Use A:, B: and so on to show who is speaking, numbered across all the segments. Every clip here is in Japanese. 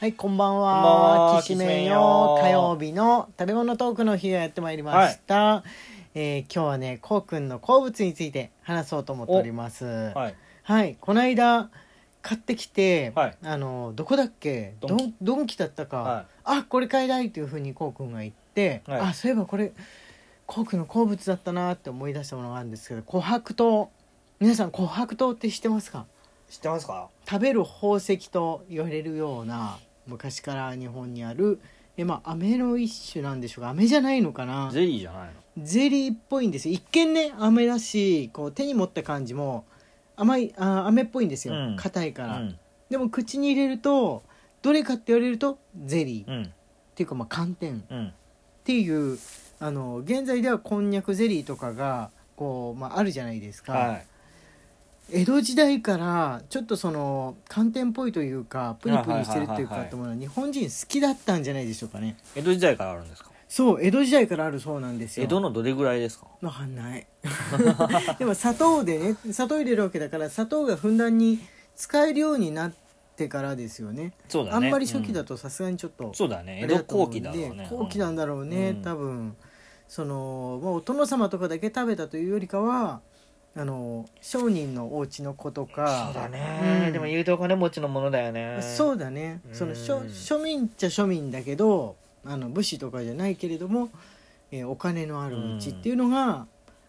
A: はい、こんばん
B: こんばん
A: は。
B: は
A: きしめん
B: き
A: よ。
B: し
A: 火
B: めん
A: 曜
B: よ
A: 日の食べ物トークの日がやってまいりました。えー今日はね、こうくんの好物について話そうと思っております。は
B: はい。
A: い、この間買ってきて、
B: はい
A: あのどこだっけ、
B: ド
A: ド
B: ン
A: ンドンキだったか、
B: は
A: あ、これ買いたいというふうにこうくんが言って、
B: はい
A: あ、そういえばこれこうくんの好物だったなって思い出したものがあるんですけど、琥珀糖。皆さん琥珀糖って知ってますか？
B: 知ってますか。
A: 食べる宝石と言われるような昔から日本にあるえまあ飴の一種なんでしょうか飴じゃないのかな
B: ェリーじゃないの。
A: ゼリーっぽいんですよ一見ね飴だしこう手に持った感じも甘いあ飴っぽいんですよ
B: うん
A: 硬、いから、
B: うん。
A: でも口に入れるとどれかって言われるとゼリー、っ
B: うん。
A: ていうかまあ寒天っ
B: うん。
A: ていうあの現在ではこんにゃくゼリーとかがこう、まあ、あるじゃないですか、
B: はい。
A: 江戸時代からちょっとその寒天っぽいというかプリプリしてるって
B: はいはいは
A: いう
B: い
A: か
B: はい
A: と思うのは日本人好きだったんじゃないでしょうかね
B: 江戸時代からあるんですか。
A: そう江戸時代からあるそうなんですよ
B: 江戸のどれぐらいですか。
A: わかんない でも砂糖でね砂糖入れるわけだから砂糖がふんだんに使えるようになってからですよね
B: そう
A: あんまり初期だ
B: と。
A: とさすがにちょっと
B: そうだね。
A: あ
B: 江
A: れ
B: 戸
A: と
B: 後
A: 思うん
B: 期
A: で
B: だろうね。
A: 後期なんだろうね、
B: うん
A: 多分その、まあ、お殿様とかだけ食べたというよりかはあの商人のお家の子とか
B: そうだ
A: う
B: ね。
A: ん
B: でも有糖金持ちのものだよね。
A: そうだねその
B: うん
A: 庶庶民っちゃ庶民だけどあの武士とかじゃないけれども、えーお金のあるうちっていうのが、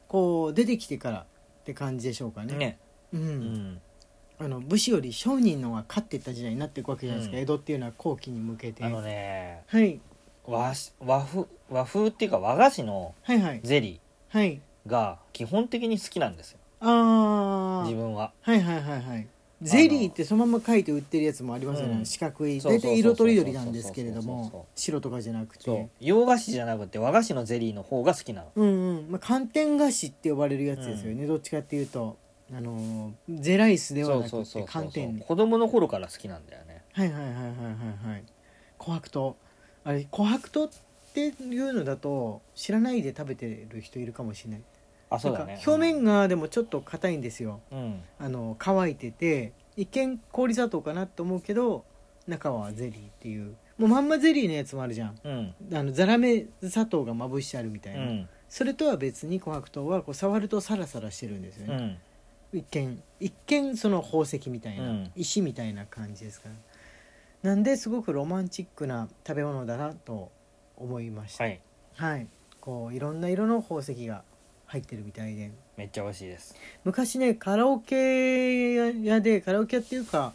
A: こう出てきてからって感じでしょうかね
B: ね。
A: うん
B: うん。
A: あの武士より商人の方が勝っていった時代になっていくわけじゃないですか、
B: うん
A: 江戸っていうのは後期に向けて、
B: あのね。
A: はい、
B: 和し和風和風っていうか和菓子の
A: はいはい
B: ゼリ
A: はい
B: ーが基本的に好きなんですよ。
A: あ
B: 自
A: ー
B: 分は。
A: はいはいはいはいゼリーってそのまま書いて売ってるやつもありますよね、
B: うん
A: 四角い
B: そうそ
A: 大
B: うそう
A: 体色とりどりなんですけれど
B: そうそうそうそう
A: も白とかじゃなくて
B: そう。洋菓子じゃなくて和菓子のゼリーの方が好きなの。
A: うんうん、まあ、寒天菓子って呼ばれるやつですよね、どっちかっていうとあのーゼライスではなくて寒天ね
B: 子供の頃から好きなんだよね。
A: はいはいはいはいはいはい琥珀糖あれ琥珀糖っていうのだと知らないで食べてる人いるかもしれない
B: あ、そうだ
A: な
B: ね
A: ん。か表面がでもちょっと硬いんですよ
B: うん。
A: あの乾いてて一見氷砂糖かなと思うけど中はゼリーっていうもうまんまゼリーのやつもあるじゃん
B: うん。
A: あのザラメ砂糖がまぶしてあるみたいうな、
B: ん。
A: それとは別に琥珀糖はこう触るとサラサラしてるんですよ
B: う
A: ね、
B: ん。
A: 一見一見その宝石みたいな、
B: うん
A: 石みたいな感じですからなんですごくロマンチックな食べ物だなと思いました
B: は
A: はい、
B: い。
A: こういろんな色の宝石が入ってるみたいで
B: めっちゃ美味しいです。
A: 昔ねカラオケ屋でカラオケ屋っていうか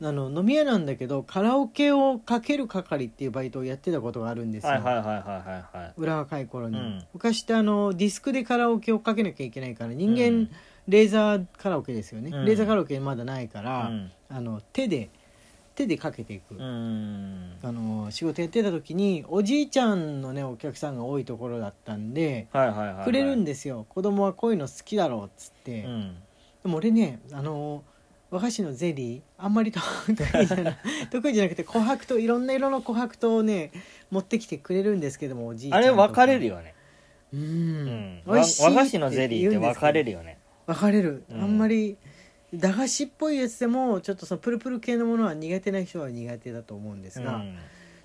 A: あの飲み屋なんだけどカラオケをかける係っていうバイトをやってたことがあるんですよ、
B: はいはいはいはいはいはい。
A: 裏若い頃に、
B: うん
A: 昔ってあのディスクでカラオケをかけなきゃいけないから人間、
B: うん
A: レーザーカラオケですよね、
B: うん
A: レーザーカラオケまだないから、
B: うん
A: あの手で手でかけてい
B: う
A: く、
B: ん。
A: あの仕事やってた時におじいちゃんのねお客さんが多いところだったんで
B: はいはいはいはい。
A: くれるん
B: で。
A: ですよ、子供はこういうの好きだろうっつって、
B: うん。
A: でも俺ねあの和菓子のゼリーあんまり得意じ ゃない得意じゃなくて琥珀糖いろんな色の琥珀糖をね持ってきてくれるんですけどもおじいちゃ
B: あ
A: ん
B: れ分かれる
A: よ
B: よね。
A: うん
B: うん。
A: 美
B: わ和
A: 味しいって
B: 菓子のゼリーって
A: 言うんで
B: 分
A: すけど
B: かれるよね。
A: 分かれる、
B: うん
A: あんまり駄菓子っぽいやつでもちょっとそのプルプル系のものは苦手な人は苦手だと思うんです
B: う
A: が、
B: ん。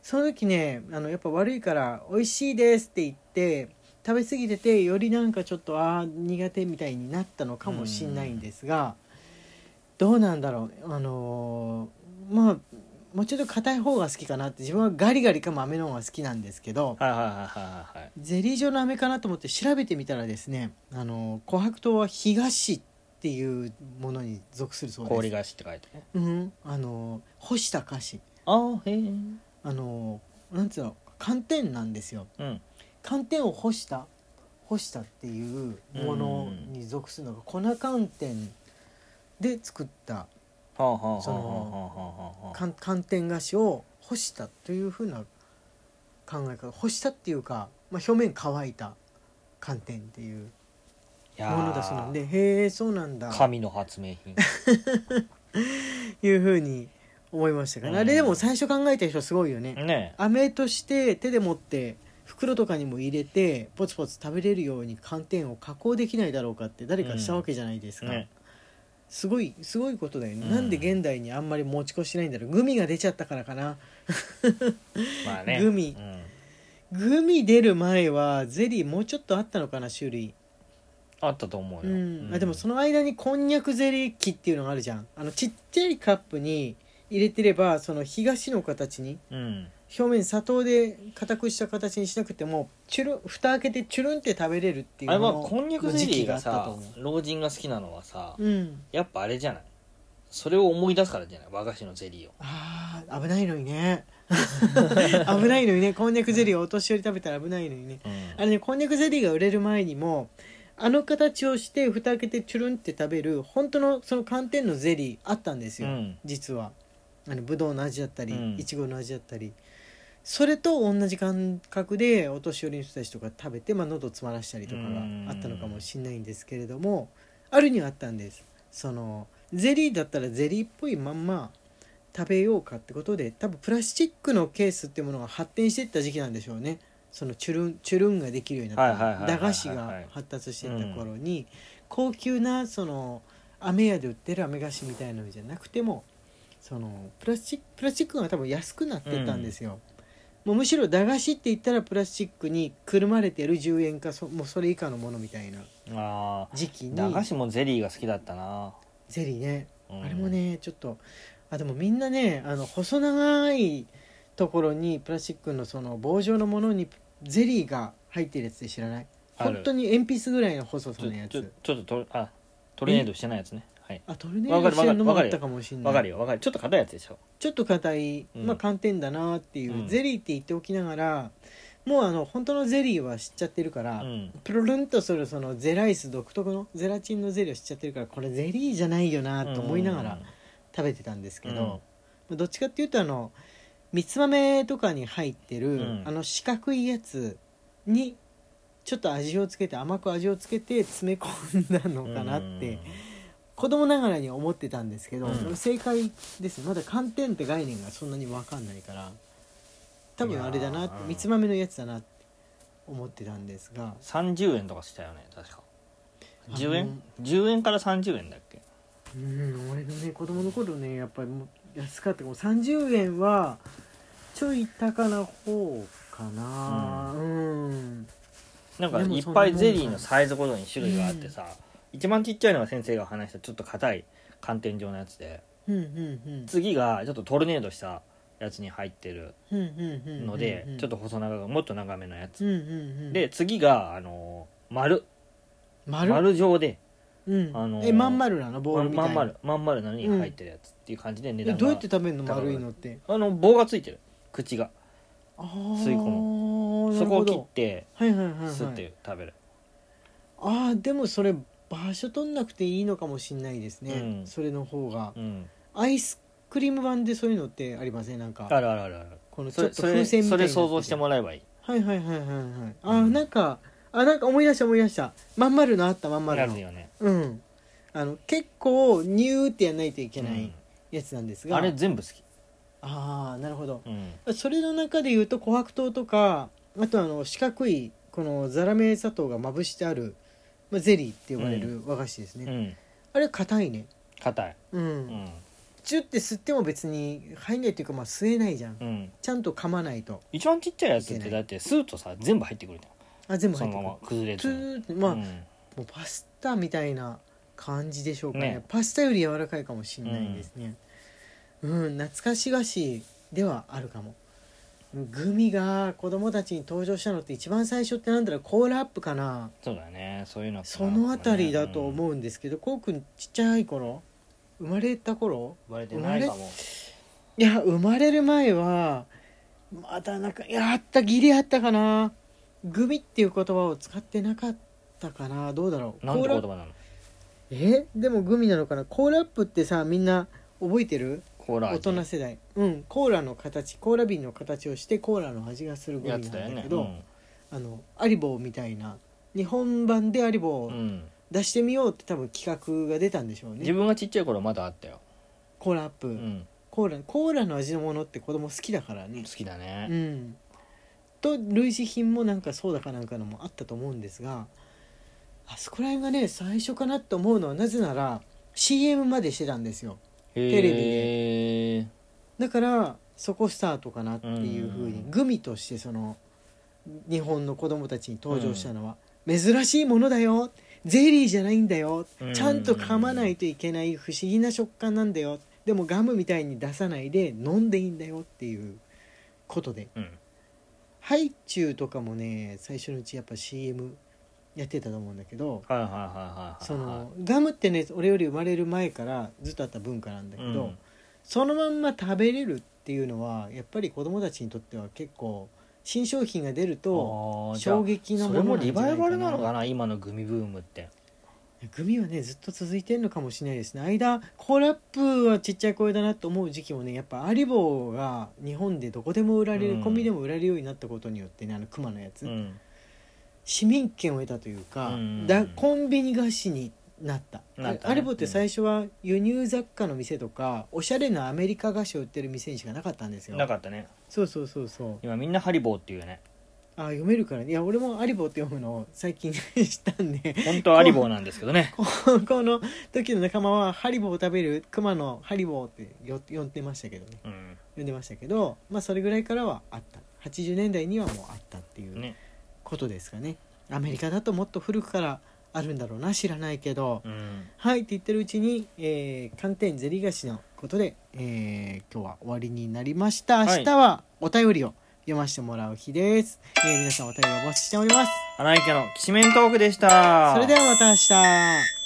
A: その時ねあのやっぱ悪いから「美味しいです」って言って食べ過ぎててよりなんかちょっとあー苦手みたいになったのかもしんないんですが、どうなんだろうあのーまあもうちょっと硬い方が好きかなって自分はガリガリか豆の方が好きなんですけど、
B: はいはいはいはいはい。
A: ゼリー状の飴かなと思って調べてみたらですねあの琥珀糖は東っていうものに属するそうです
B: 氷菓子って書いてね。
A: うん、あの干した菓子
B: あへえ。
A: あのなんつうの寒天なんですよ
B: うん。
A: 寒天を干した干したっていうものに属するのが粉寒天で作った
B: はあはあはあはあはあ
A: そ
B: はあ
A: 寒寒天菓子を干したというふうな考え方干したっていうか、まあ、表面乾いた寒天っていう
B: いやー
A: ものだそうなんでへえそうなんだ
B: 神の発明 品。
A: いうふうに思いましたから、
B: うん
A: あれでも最初考えた人すごいよね、
B: ね。
A: 飴として手で持って袋とかにも入れてポツポツ食べれるように寒天を加工できないだろうかって誰かしたわけじゃないですか、
B: ね。
A: すごいすごいことだよね、
B: うん
A: なんで現代にあんまり持ち越しないんだろうグミが出ちゃったからかな
B: まあね
A: グミ
B: うん
A: グミ出る前はゼリーもうちょっとあったのかな種類
B: あったと思う
A: う
B: よ、
A: ん、あでもそ
B: の
A: の間にこんにゃくゼリー機っていうのがあるじゃんあのちっちゃいカップに入れてればその東の形に
B: うん
A: 表面砂糖で固くした形にしなくてもチュルン蓋開けてチュルンって食べれるっていう
B: あれ
A: の
B: は
A: の
B: こんにゃくゼリーが
A: 時期あったと
B: さ
A: 思
B: 老人が好きなのはさ、
A: ううん
B: やっぱあれじゃないそれを思い出すからじゃない和菓子のゼリーを
A: あー危ないのに ね危ないのにねこんにゃくゼリーをお年寄り食べたら危ないのにねあれねこんにゃくゼリーが売れる前にもあの形をして蓋開けてチュルンって食べる本当のその寒天のゼリーあったんですよ、
B: うん
A: 実はあのぶどうの味だったり、
B: うん
A: いちごの味だったりそれと同じ感覚でお年寄りの人たちとか食べて、まあ、喉詰まらしたりとかが
B: うん
A: あったのかもしれないんですけれどもあるにはあったんですそのゼリーだったらゼリーっぽいまんま食べようかってことで多分プラスチックのケースっていうものが発展していった時期なんでしょうねそのチュルンチュルンができるようにな
B: はいはいはい
A: っ
B: は
A: た
B: いはい
A: 駄菓子が発達していった頃に、高級なその飴屋で売ってる飴菓子みたいなのじゃなくてもそのプラスチックプラスチックが多分安くなってたんですよ、もうむしろ駄菓子って言ったらプラスチックにくるまれてる10円かそもうそれ以下のものみたいな
B: あ
A: 時期に
B: ー駄菓子もゼリーが好きだったな、
A: ゼリーね
B: うん
A: あれもねちょっとあでもみんなねあの細長いところにプラスチックのその棒状のものにゼリーが入ってるやつで知らない
B: ある
A: 本当に鉛筆ぐらいの細さ
B: ちょ
A: のや
B: ちょ
A: つ
B: ちょっとトルあトレネードしてないやつねはい
A: あトルネードしてるのもあったかもしれな
B: わ
A: い
B: かるよわかるちょっと硬いやつでしょ
A: ちょっと硬い、
B: うん
A: まあ、寒天だなっていう、
B: うん
A: ゼリーって言っておきながらもうあの本当のゼリーは知っちゃってるか
B: う
A: ら、
B: ん
A: プルルンとするそのゼライス独特のゼラチンのゼリーを知っちゃってるからこれゼリーじゃないよなと思いながら食べてたんですけど、
B: うん
A: まあどっちかっていうとあの三つ豆とかに入ってる、
B: うん
A: あの四角いやつにちょっと味をつけて甘く味をつけて詰め込んだのかなって。子供ながらに思ってたんですけど、
B: うん
A: 正解ですまだ寒天って概念がそんなに分かんないから多分あれだなって
B: いやー
A: 三つ豆のやつだなって思ってたんですが
B: 三十円とかしたよね確か十
A: あの
B: 円十円から三十円だっけ
A: うん俺のね子供の頃ねやっぱりもう安かったもう30円はちょい高な方かなうん、
B: なんか
A: でも
B: い
A: そ
B: っ
A: んな
B: ぱ
A: もん
B: いゼリーのサイズごとに種類があってさ、一番ちっちゃいのが先生が話したちょっと硬い寒天状のやつで
A: うんうんうん
B: 次がちょっとトルネードしたやつに入ってる
A: うんうんうん
B: ので、ちょっと
A: と
B: 細長くもっと長めのやつ、
A: うんうんうん
B: で次があのー丸
A: 丸
B: 丸状で
A: うん
B: あのー
A: えまん丸なのボー
B: ま
A: ルみたい
B: ま
A: なん
B: 丸まん丸なのに入ってるやつっていう感じで値
A: え
B: 段が、
A: どうやって食べるの丸いのって
B: あの棒がついてる口が
A: 吸
B: 吸い込
A: む
B: そこを切って
A: はいはいはい、はい、
B: スッて食べる、
A: ああでもそれ場所取んなくていいのかもしんないですね、
B: うん
A: それの方が、
B: うん
A: アイスクリーム版でそういうのってありませんなん
B: あ
A: か
B: るあるあるある
A: このち
B: そ
A: ょっ
B: れ
A: と
B: そ
A: 風
B: れ
A: 船みた
B: そ
A: いにな
B: れ想像して
A: ら
B: もらえばいい
A: はいはいはいはいはいあー、
B: うん
A: なんかあなんか思い出した思い出したまん丸のあったま
B: な
A: ん丸の
B: るよね
A: うんあの結構ニューってやんないといけな
B: う
A: い
B: ん
A: やつなんですが、
B: あれ全部好き、
A: ああなるほど
B: うん
A: それの中でいうと琥珀糖とかあとあの四角いこのザラメ砂糖がまぶしてある、まあ、ゼリーって呼ばれる和菓子ですね、
B: うん
A: あれ硬いね
B: 硬い、
A: うん、
B: うん
A: チュって吸っても別に入んないというかまあ吸えないじゃん
B: うん、
A: ちゃんと噛まないと
B: 一番ちっちゃいやつっ
A: いけな
B: て
A: い
B: だってスーッとさ全部入ってくるじ
A: あ全
B: ゃん
A: 部
B: そ
A: 入って
B: のまま
A: くる
B: 崩れ
A: ツ
B: ずに
A: ーってまあ、
B: う
A: も
B: ん
A: うパスタみたいな感じでしょうかね
B: ね
A: パスタより柔らかいかもしれないですねうん、懐かし菓子ではあるかもグミが子供たちに登場したのって一番最初ってなんだろうコーラアップかな
B: そうだねそういうの
A: その辺りだと
B: うん
A: 思うんですけど、こうくんちっちゃい頃生まれた頃
B: 生まれてないかも
A: いや生まれる前はまだなんかいやあったギリあったかなグミっていう言葉を使ってなかったかなどうだろう
B: なんて
A: コ
B: 言
A: ー
B: 葉
A: ラ
B: なの
A: えでもグミなのかなコーラアップってさみんな覚えてる
B: コーラ
A: 大
B: 味
A: 人世代うんコーラの形コーラ瓶の形をしてコーラの味がするグミな
B: や
A: ん
B: つだよ
A: だ
B: ね
A: けど、あのアリボーみたいな日本版でアリボ
B: う
A: ー
B: ん、うん
A: 出してみようって多分企画が出たんでしょう
B: 自
A: ね
B: 分がちっちゃい頃まだあったよ、
A: コーラアップ、
B: うん、
A: コーラコーラの味のものって子供好きだから
B: 好
A: ね
B: きだ
A: う
B: ね、
A: んと類似品もなんかそうだかなんかのもあったと思うんですがあそこら辺がね最初かなと思うのはなぜなら CM までしてたんですよ
B: テ
A: テレビ
B: レビ
A: だからそこスタートかなっていうふうに、
B: うん
A: グミとしてその日本の子供たちに登場したのは、珍しいものだよゼリーじゃないんだよ、
B: うん
A: ちゃんと噛まないといけない不思議な食感なんだよでもガムみたいに出さないで飲んでいいんだよっていうことで
B: うん
A: ハイチュウとかもね最初のうちやっぱ CM やってたと思うんだけど
B: はいはいはいはいはい
A: そのガムってね俺より生まれる前からずっとあった文化なんだけど、
B: うん
A: そのまんま食べれるっていうのはやっぱり子供たちにとっては結構新商品が出ると
B: あーじゃあ
A: 衝撃な
B: そ
A: も
B: れ
A: の
B: も
A: なんじ
B: リ
A: ゃな
B: バ
A: い
B: イ
A: か
B: バ
A: な
B: ルなのかな今のグミブームって
A: グミはねずっと続いてるのかもしれないですね間コーラップはちっちゃい声だなと思う時期もねやっぱアリボーが日本でどこでも売られる、
B: うん
A: コンビニでも売られるようになったことによってねあの熊のやつ、
B: うん
A: 市民権を得たというか、
B: うん
A: だコンビニ菓子になった
B: なったね
A: アリボって最初は輸入雑貨の店とか、おしゃれなアメリカ菓子を売ってる店にしかなかったんですよ
B: なかったね
A: そうそうそうそう
B: 今みんなハリボーっていうね
A: あ読めるからねいや俺もアリボって読むのを最近 知ったんで
B: 本当はハリボーなんですけどね
A: ここの時の仲間はハリボーを食べるクマのハリボーってよ呼んでましたけどね
B: うん
A: 呼んでましたけどまあそれぐらいからはあった80年代にはもうあったっていう
B: ね
A: ことですかねアメリカだともっと古くからあるんだろうな知らないけど、
B: うん
A: はいって言ってるうちに、えー寒天ゼリー菓子のことで、えー今日は終わりになりました
B: はい
A: 明日はお便りを読ませてもらう日です、えー皆さんお便りをお待ちしております
B: 花池のきしめんトークでした
A: それではまた明日